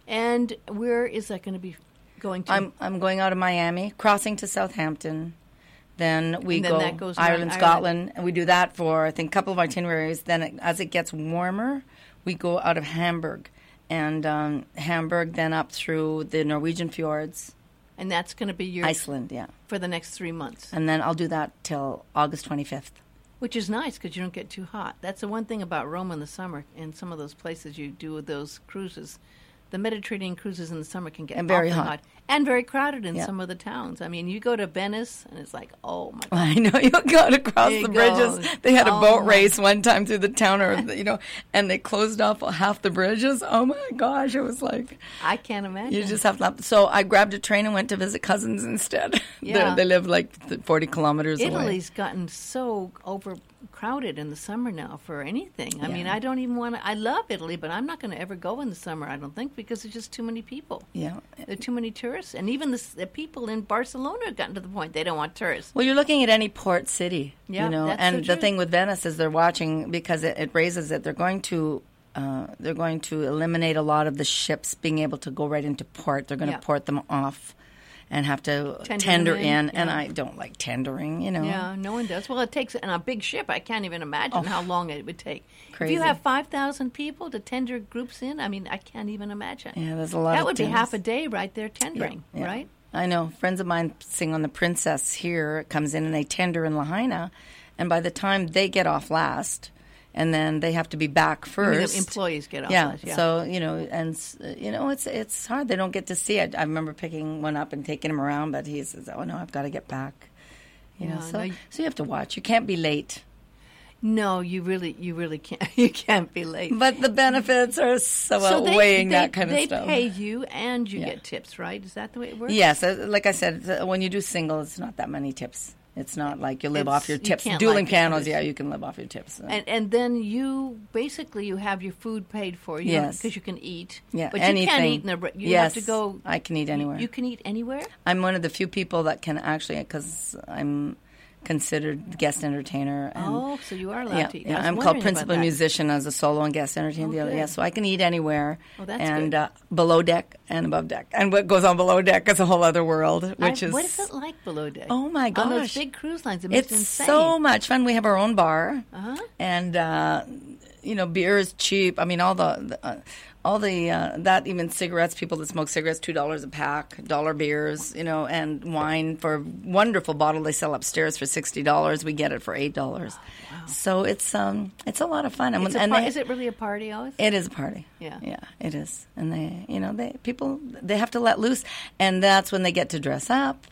And where is that going to be going to?
I'm I'm going out of Miami, crossing to Southampton. Then we
And then
go
that goes around
Ireland,
Ireland.
Scotland, and we do that for I think a couple of itineraries. Then it, as it gets warmer, we go out of Hamburg, and um, Hamburg, then up through the Norwegian fjords,
and that's going to be your
Iceland, yeah,
for the next three months,
and then I'll do that till August twenty fifth.
which is nice because you don't get too hot. That's the one thing about Rome in the summer and some of those places you do with those cruises. the Mediterranean cruises in the summer can get
And very
awfully
hot.
and very crowded in
Yeah.
some of the towns. I mean, you go to Venice and it's like, oh my god,
I know you go to cross
It
the bridges.
goes.
They had a
Oh,
boat
my-
race one time through the town, or you know, and they closed off half the bridges. Oh my gosh, it was like
I can't imagine.
you just have to. So I grabbed a train and went to visit cousins instead.
Yeah.
they, they live like th- forty kilometers away.
Italy's gotten so overcrowded in the summer now for anything. I mean,
Yeah.
I don't even want to. I love Italy, but I'm not going to ever go in the summer. I don't think because there's just too many people.
Yeah.
There are too many tourists, and even the, s- the people in Barcelona have gotten to the point they don't want tourists.
Well, you're looking at any port city,
Yeah,
you know,
that's
and
so
the
true.
thing with Venice is they're watching because it, it raises it. They're going to. Uh, they're going to eliminate a lot of the ships being able to go right into port. They're going
Yeah.
to port them off and have to
Tender
tender,
them
in.
in,
And
yeah.
I don't like tendering, you know.
Yeah, no one does. Well, it takes and a big ship. I can't even imagine how long it would take. If
Oh. Crazy.
you have five thousand people to tender groups in, I mean, I can't even imagine.
Yeah, there's a lot
that
of
would be
tenders.
half a day right there tendering,
Yeah.
right?
I know. Friends of mine sing on the Princess here. It comes in and they tender in Lahaina, and by the time they get off last, and then they have to be back
I mean,
first.
the employees get off.
yeah,
last, yeah.
So you know, and s- you know, it's it's hard. They don't get to see it. I remember picking one up and taking him around, but he says, "Oh no, I've got to get back." You know,
Yeah,
so
no, you-
so you have to watch. You can't be late.
no, you really, you really can't. You can't be late.
But the benefits are so,
they-
outweighing
they-
that kind
they
of stuff.
pay you and you
Yeah.
get tips, right? Is that the way it works?
Yes, uh, like I said, uh, when you do single, it's not that many tips. It's not like you live
It's-
off your
you
tips.
can't like
Dueling
the
pianos,
others.
yeah, you can live off your tips. Uh,
And and then you basically you have your food paid for you
Yes.
because you can eat.
yeah,
but
anything.
you can't eat in the. re- You
yes,
have to go.
I can eat anywhere.
You can eat anywhere.
I'm one of the few people that can actually, because I'm considered guest entertainer. And
Oh, so you are allowed
yeah,
to eat. I
yeah,
was
I'm
wondering
called
about
principal
that.
musician as a solo and guest entertainer. the other,
Okay.
yeah, so I can eat anywhere.
Oh, that's
and
good.
Uh, below deck and above deck, and what goes on below deck is a whole other world,
I-
which is
what is it like below deck?
Oh, my
On those
gosh.
big cruise lines, it must
It's
be insane.
so much fun. We have our own bar,
Uh-huh.
and uh, you know, beer is cheap. I mean, all the, the uh, all the uh, that even cigarettes. People that smoke cigarettes, two dollars a pack, dollar beers, you know, and wine for a wonderful bottle they sell upstairs for sixty dollars. We get it for eight dollars. So it's um it's a lot of fun. And,
It's a
when- and
par-
they-
is it really a party always?
it is a party.
Yeah.
Yeah, it is. And they, you know, they people they have to let loose and that's when they get to dress up.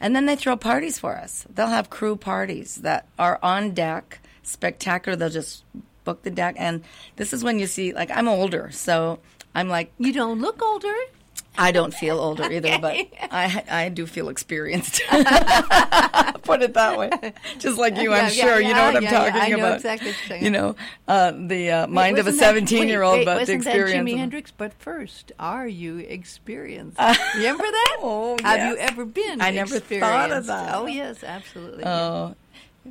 And then they throw parties for us. They'll have crew parties that are on deck, spectacular. They'll just book the deck and this is when you see like I'm older, so I'm like
you don't look older.
I don't feel older either, but I I do feel experienced. Put it that way, just like you,
Yeah,
I'm
yeah,
sure you know
yeah,
what I'm
yeah, yeah,
talking
I know
about.
exactly what you're saying.
you know, uh, the uh, mind of a
Wasn't that-
17 year
wait,
old,
wait,
but the
wasn't
experience.
That Jimi
of-
Hendrix, but first, are you experienced? Remember that?
Oh,
Have
yes.
you ever been?
I never thought of
experienced?
that.
Oh yes, absolutely.
Oh.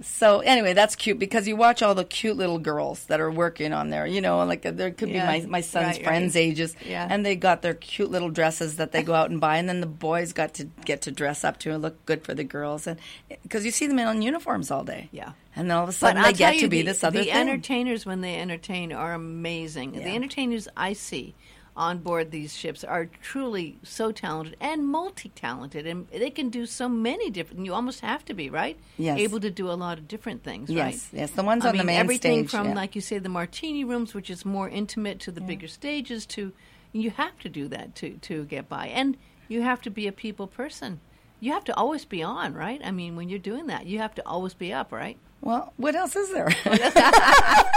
So anyway, that's cute because you watch all the cute little girls that are working on there. You know, like uh, there could
Yeah,
be my my son's
right,
friends'
right.
ages,
Yeah.
and they got their cute little dresses that they go out and buy, and then the boys got to get to dress up to and look good for the girls, and because you see them in uniforms all day,
Yeah.
and then all of a
But
sudden
I'll
they
tell
get
you,
to be
the,
this other
the
thing.
entertainers when they entertain are amazing. The
Yeah.
entertainers I see on board these ships are truly so talented and multi-talented, and they can do so many different. You almost have to be right,
Yes.
able to do a lot of different things.
yes,
right?
yes, the ones
I
on
mean,
the main
everything
stage,
from
yeah.
like you say the martini rooms, which is more intimate, to the bigger stages. To you have to do that to to get by, and you have to be a people person. You have to always be on, right? I mean, when you're doing that, you have to always be up, right?
Well, what else is there?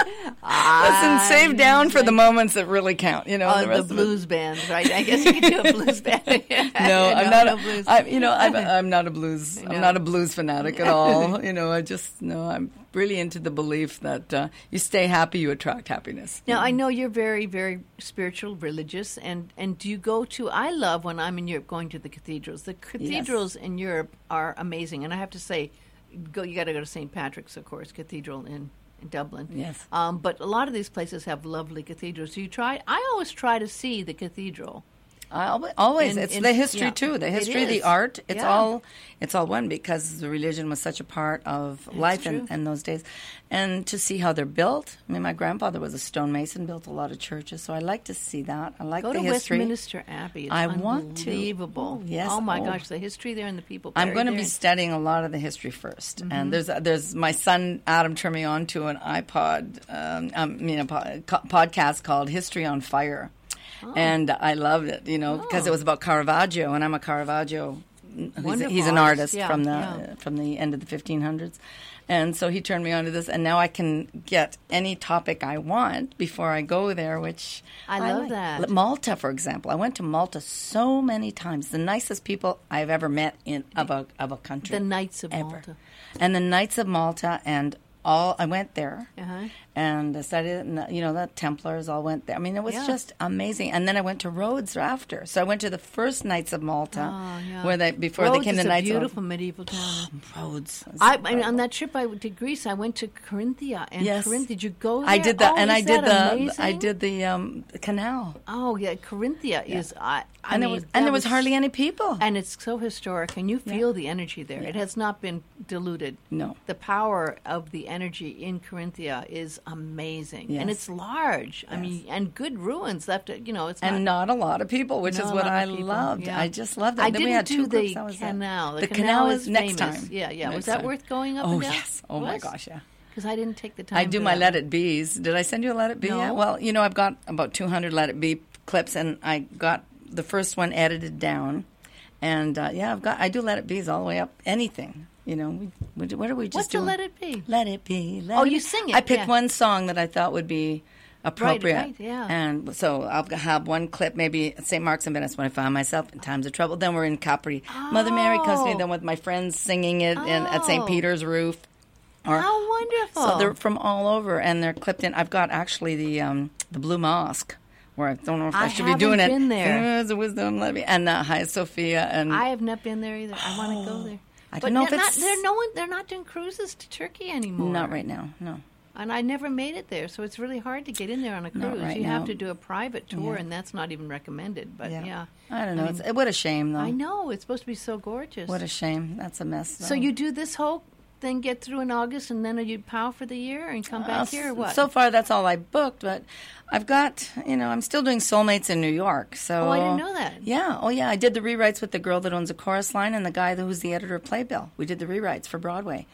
Listen, save down for the moments that really count. You know,
Oh,
the
the,
rest of it-
blues bands, right? I guess you could do a blues band. no,
no, I'm not. a-
blues.
I, you know, I'm, I'm not a blues.
know.
I'm not a blues fanatic at all. you know, I just no. I'm really into the belief that uh, you stay happy, you attract happiness.
now I know you're very, very spiritual, religious, and and do you go to? I love when I'm in Europe going to the cathedrals. The cathedrals in Europe are amazing, and I have to say, go. You got to go to St. Patrick's, of course, cathedral in. in Dublin,
Yes.
Um, but a lot of these places have lovely cathedrals. Do you try? I always try to see the cathedral.
I always, always
And-
it's
and-
the history
yeah,
too. The
it
history, the
is.
art. It's
Yeah.
all it's all one because the religion was such a part of life
true.
in, in those days, and to see how they're built. I mean, my grandfather was a stonemason, built a lot of churches, so I like to see that. I like
Go
the
to
history.
Westminster Abbey. It's
I want to.
unbelievable.
Oh, yes.
Oh my
Oh.
gosh, the history there and the people.
I'm going to
buried
be
there. Mm-hmm.
studying a lot of the history 1st and there's there's my son Adam turned me on to an iPod, um, um, I mean a po- co- podcast called History on Fire,
Oh.
and I loved it. You know, because it was about Caravaggio, and I'm a Caravaggio. He's, he's an
Wonderful
artist
artist, yeah,
from the
yeah.
from the end of the 1500s, and so he turned me on to this, and now I can get any topic I want before I go there, which
I love
like.
that.
L- Malta, for example, I went to Malta so many times. The nicest people I've ever met in of a of a country.
The Knights of
ever.
Malta.
and the Knights of Malta, and all I went there
Uh-huh.
and I studied. and, You know, the Templars all went there. I mean, it was
Yeah.
just amazing. And then I went to Rhodes after. So I went to the first Knights of Malta, where they before
Oh, Rhodes
they came
is Oh,
the
a
Knights
beautiful medieval town.
of Rhodes. It's
I, I mean,
incredible.
on that trip I went to Greece. I went to Corinthia, and
Yes.
Corinth. Did you go? There?
I did that,
Oh,
and I
is
did
that
the I
amazing?
did the um, canal,
Oh yeah, Corinthia is. I, I mean,
and there was
that
and there was hardly any people.
And it's so historic, and you feel the energy there. It has not been diluted.
No.
The power of the energy in Corinthia is amazing. And
Yes.
it's large. I mean, and good ruins left, you know, it's
and
not.
not a lot of people, which
not
is
a
what
lot
I
of people,
loved.
yeah.
I just loved it.
I
then
didn't
we had
do
two groups,
the
that was it.
canal. The
The
canal
canal
is
is next
famous.
time.
Yeah, yeah. Was
Next
that
time.
worth going up
Oh
and down?
yes. Oh my
Was?
gosh. Yeah.
Because I didn't take the time.
I do
for
my
that.
Let It Be's. Did I send you a Let It Be?
No.
yet? Well, you know, I've got about 200 Let It Be clips, and I got the first one edited down. And uh, yeah, I've got I do Let It Be's all the way up. Anything, you know. We, we do- what are we just
What's
doing?
the Let It Be?
Let It Be. Let
Oh,
It
you
Be.
sing it,
I picked
yeah.
one song that I thought would be appropriate.
right, yeah.
And so I'll g- have one clip, maybe at St. Mark's in Venice when I find myself in times of trouble. Then we're in Capri. Mother Mary comes to me,
Oh.
then with my friends singing it in, at
Oh.
St. Peter's roof. Or,
How wonderful.
so they're from all over, and they're clipped in. I've got actually the um, the Blue Mosque, where I don't know if I,
I
should be doing
haven't
it.
been there.
Uh, it's a wisdom, let me. And uh, High Sophia, and
I have not been there either. I want to go there.
Oh. I don't
but
know if
they're
it's-
not, they're no one. They're not doing cruises to Turkey anymore.
not right now, no.
And I never made it there, so it's really hard to get in there on a
Not
cruise.
right
you
now.
have to do a private tour, and that's not even recommended. But yeah,
I don't know. it's, what a shame, though.
I know it's supposed to be so gorgeous.
Oh. What a shame. That's a mess.
so
though.
you do this whole thing, get through in August, and then are you POW for the year and come
Uh,
back here? Or what?
So far, that's all I booked, but I've got, you know, I'm still doing Soulmates in New York. So
Oh, I didn't know that.
Yeah. Oh, yeah. I did the rewrites with the girl that owns a chorus line and the guy who's the editor of Playbill. We did the rewrites for Broadway.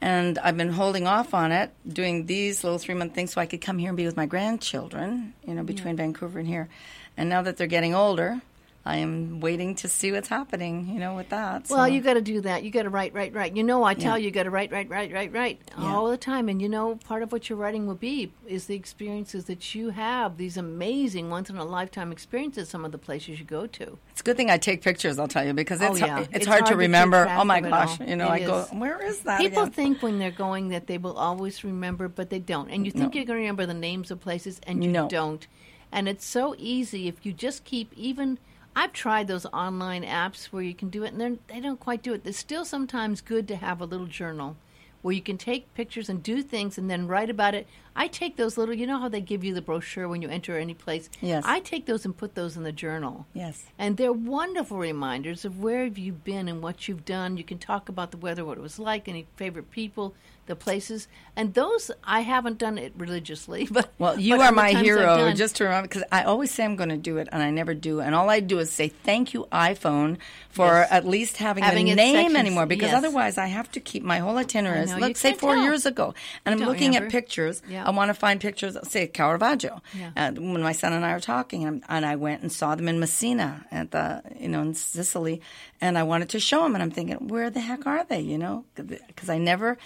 And I've been holding off on it, doing these little three month things so I could come here and be with my grandchildren, you know, between Vancouver and here. And now that they're getting older, I am waiting to see what's happening, you know, with that.
Well,
so-
you got to do that. You got to write, write, write. You know, I tell you, you got to write, write, write, write, write all the time. And you know, part of what your writing will be is the experiences that you have, these amazing once in a lifetime experiences, some of the places you go to.
It's a good thing I take pictures. I'll tell you because
Oh,
it's
yeah.
it's,
It's
hard,
hard to
to
keep
remember.
track
Oh my
of it
gosh!
all.
You know,
It
I
is.
go, where is that?
People
again?"
think when they're going that they will always remember, but they don't. And you think you're going to remember the names of places, and you
No.
don't. And it's so easy if you just keep even. I've tried those online apps where you can do it, and they're- they don't quite do it. It's still sometimes good to have a little journal where you can take pictures and do things and then write about it. I take those little, you know how they give you the brochure when you enter any place?
Yes.
I take those and put those in the journal.
Yes.
And they're wonderful reminders of where have you been and what you've done. You can talk about the weather, what it was like, any favorite people, the places. And those I haven't done it religiously, but
Well, you
but
are
other
my
times I've
hero.
done-
Just to remember, because I always say I'm going to do it, and I never do. And all I do is say thank you, iPhone, for
Yes.
at least having,
Having
a
it
name
sections-
anymore. Because
yes.
otherwise, I have to keep my whole itinerary.
know, you
Let's say
can't
four
tell.
years ago, and I'm
don't
looking at
remember.
pictures.
Yeah.
I want to find pictures. Say Caravaggio.
Yeah.
And when my son and I were talking, and, and I went and saw them in Messina at the you know in Sicily, and I wanted to show them, and I'm thinking, where the heck are they? You know, because I never.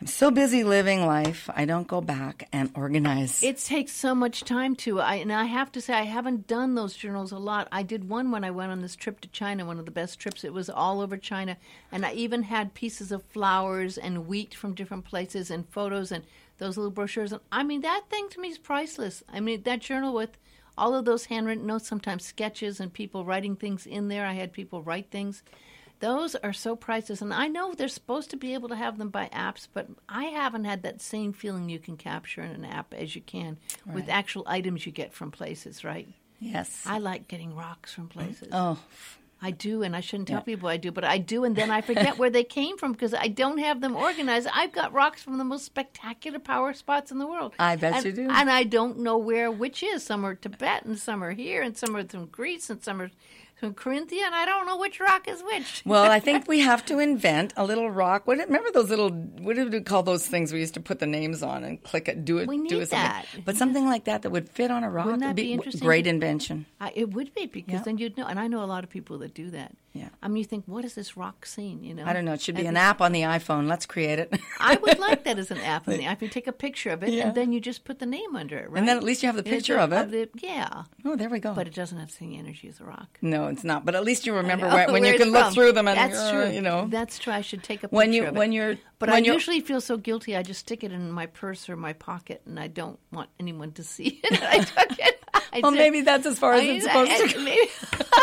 I'm so busy living life, I don't go back and organize.
It takes so much time to. I and I have to say I haven't done those journals a lot. I did one when I went on this trip to China, one of the best trips. It was all over China, and I even had pieces of flowers and wheat from different places and photos and those little brochures. And I mean that thing to me is priceless. I mean that journal with all of those handwritten notes, sometimes sketches and people writing things in there. I had people write things. Those are so priceless. And I know they're supposed to be able to have them by apps, but I haven't had that same feeling you can capture in an app as you can with actual items you get from places, right?
yes.
I like getting rocks from places.
Oh,
I do, and I shouldn't tell people I do, but I do, and then I forget where they came from because I don't have them organized. I've got rocks from the most spectacular power spots in the world.
I bet
And-
you do.
And I don't know where which is. Some are Tibet, and some are here, and some are from Greece, and some are So Corinthian, I don't know which rock is which.
Well, I think we have to invent a little rock. What remember those little what did we call those things we used to put the names on and click it, do it,
We need
do it something.
that.
But something like that that would fit on a rock
Wouldn't that
would
be interesting?
great invention.
I, it would be because
Yeah.
then you'd know, and I know a lot of people that do that.
Yeah.
I mean, you think, what is this rock scene? You know,
I don't know. It should be
And
an app on the iPhone. Let's create it.
I would like that as an app. And I can take a picture of it,
Yeah.
and then you just put the name under it, right?
and then at least you have the
And it's
picture
a-
of it.
the- yeah,
oh, there we go.
but it doesn't have the same energy as a rock.
no, it's not. But at least you remember
I know
where, when
where
you
it's
can look
from.
through them and
that's
uh,
true.
you know.
that's true. I should take a
when
picture
you
of it.
when you're
But
when
I
you're-
usually feel so guilty. I just stick it in my purse or my pocket, and I don't want anyone to see it. I took it. I
well
did.
maybe that's as far as
I-
it's supposed
I-
to
I- maybe-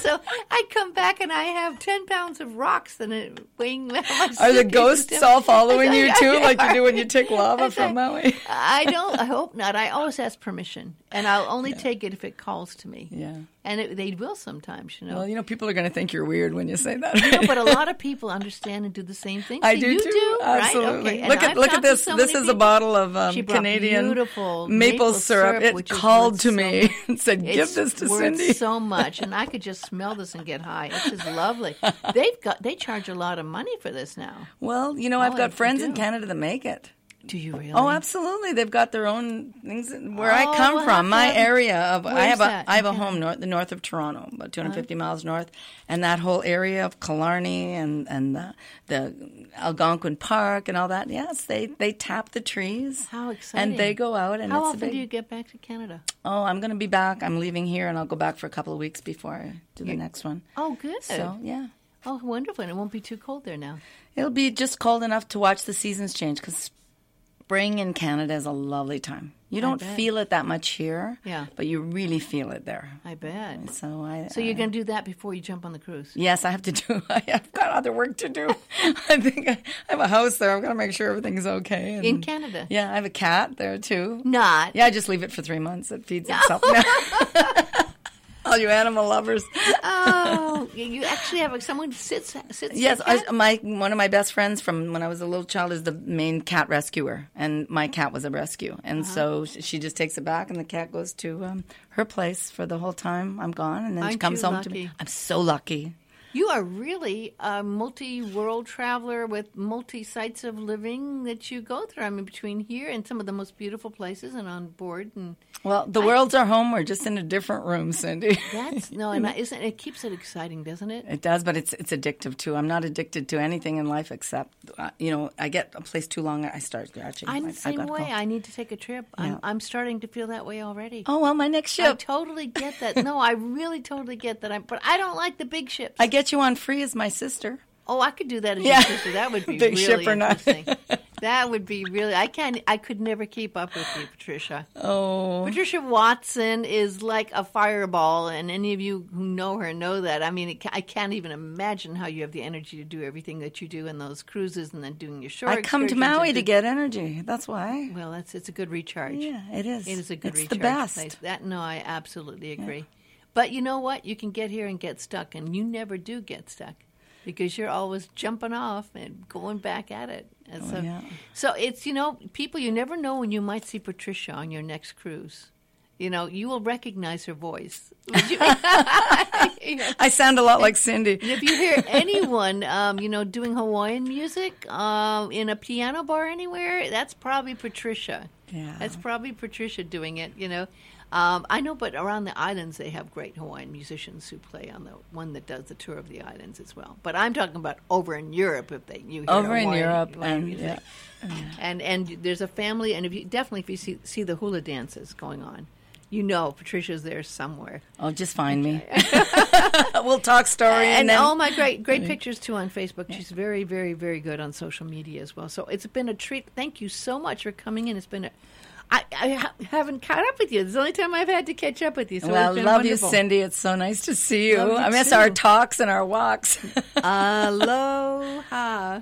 so I come back and I have ten pounds of rocks and it weighing. my
Are the
suitcase
ghosts
still-
all following you
I- I-
too, like you do when you take lava from Maui?
I don't. I hope not. I always ask permission, and I'll only take it if it calls to me.
Yeah.
and it, they will sometimes, you know.
Well, you know, people are going to think you're weird when you say that.
No, but a lot of people understand and do the same thing.
I
So
do
you
too.
Do, right?
Absolutely.
Okay, and
Look at
I've
look at
talked to
this.
so
this
many
is a
people.
bottle of um,
She brought
Canadian
beautiful
maple
maple
syrup.
syrup,
It
which is
called
worth
to
so
me
much.
and said, "Give
It's
this to
worth
Cindy."
so much, and I could just smell this and get high. It's just lovely. They've got they charge a lot of money for this now.
well, you know,
Oh,
I've got
I
friends in
do.
Canada that make it.
Do you really?
Oh, absolutely. They've got their own things that- where I
Oh,
come
we'll have
from.
to
My
have-
area of I
Where's
have a I
that? Uh-huh.
have a home north the north of Toronto, about 250 miles north, and that whole area of Killarney and and the, the Algonquin Park and all that. Yes, they they tap the trees.
How exciting.
And they go out and
How
it's
often
a big,
do you get back to Canada?
Oh, I'm going to be back. I'm leaving here and I'll go back for a couple of weeks before I do the next one.
Oh, good.
So, yeah.
Oh, wonderful! And it won't be too cold there now.
It'll be just cold enough to watch the seasons change cuz spring in Canada is a lovely time. You don't
bet.
feel it that much here,
Yeah.
but you really feel it there.
I bet.
So I
So you're going to do that before you jump on the cruise.
Yes, I have to do. I have got other work to do. I think I, I have a house there. I'm going to make sure everything's okay. and-
In Canada?
Yeah, I have a cat there too.
Not.
Yeah, I just leave it for three months. It feeds itself. now. All you animal lovers.
Oh, you- you actually have someone sits sits.
Yes,
like that?
I, my one of my best friends from when I was a little child is the main cat rescuer, and my cat was a rescue, and
Uh-huh.
so sh- she just takes it back, and the cat goes to um, her place for the whole time I'm gone, and then she
Aren't
comes
you
home to me.
lucky?
I'm so lucky.
You are really a multi-world traveler with multi sites of living that you go through. I mean, between here and some of the most beautiful places, and on board, and
Well, the world's our home. We're just in a different room, Cindy.
that's no, and I, isn't it keeps it exciting, doesn't it?
It does, but it's it's addictive too. I'm not addicted to anything in life except, uh, you know, I get a place too long, I start scratching.
I'm
Like,
the
I've
same
gotta
way.
go.
I need to take a trip.
Yeah.
I'm, I'm starting to feel that way already.
Oh well, my next
I
ship.
totally get that. No, I really totally get that. I but I don't like the big ships.
I get you on free as my sister.
Oh, I could do that as
Yeah.
your sister. That would be
Big
really
ship or not.
interesting. that would be really. I can I could never keep up with you, Patricia.
Oh,
Patricia Watson is like a fireball, and any of you who know her know that. I mean, it, ca- I can't even imagine how you have the energy to do everything that you do in those cruises, and then doing your shore.
I come to
excursions and
Maui
do-
to get energy. That's why.
Well, that's it's a good recharge.
Yeah, it is.
It is a good
It's
recharge
the best.
place. That no, I absolutely agree. But you know what? You can get here and get stuck, and you never do get stuck because you're always jumping off and going back at it. And so,
Oh, yeah.
so it's you know, people you never know when you might see Patricia on your next cruise. You know, you will recognize her voice. Would you- Yeah.
I sound a lot like Cindy.
If you hear anyone, um, you know, doing Hawaiian music um, in a piano bar anywhere, that's probably Patricia.
Yeah.
that's probably Patricia doing it. You know, um, I know, but around the islands they have great Hawaiian musicians who play on the one that does the tour of the islands as well. But I'm talking about over in Europe if they you hear
Over in
Hawaiian-
Europe
Hawaiian
and-
music
yeah.
and and there's a family, and if you definitely if you see see the hula dances going on, you know Patricia's there somewhere.
Oh, just find me. we'll talk story
And
and, then.
oh my great great pictures too on Facebook. She's very very very good on social media as well. So it's been a treat. Thank you so much for coming in. It's been a I, I ha- haven't caught up with you. It's the only time I've had to catch up with you. So
well,
it's been
love
wonderful.
you, Cindy. It's so nice to see you.
Love you
I miss
too.
our talks and our walks.
Aloha.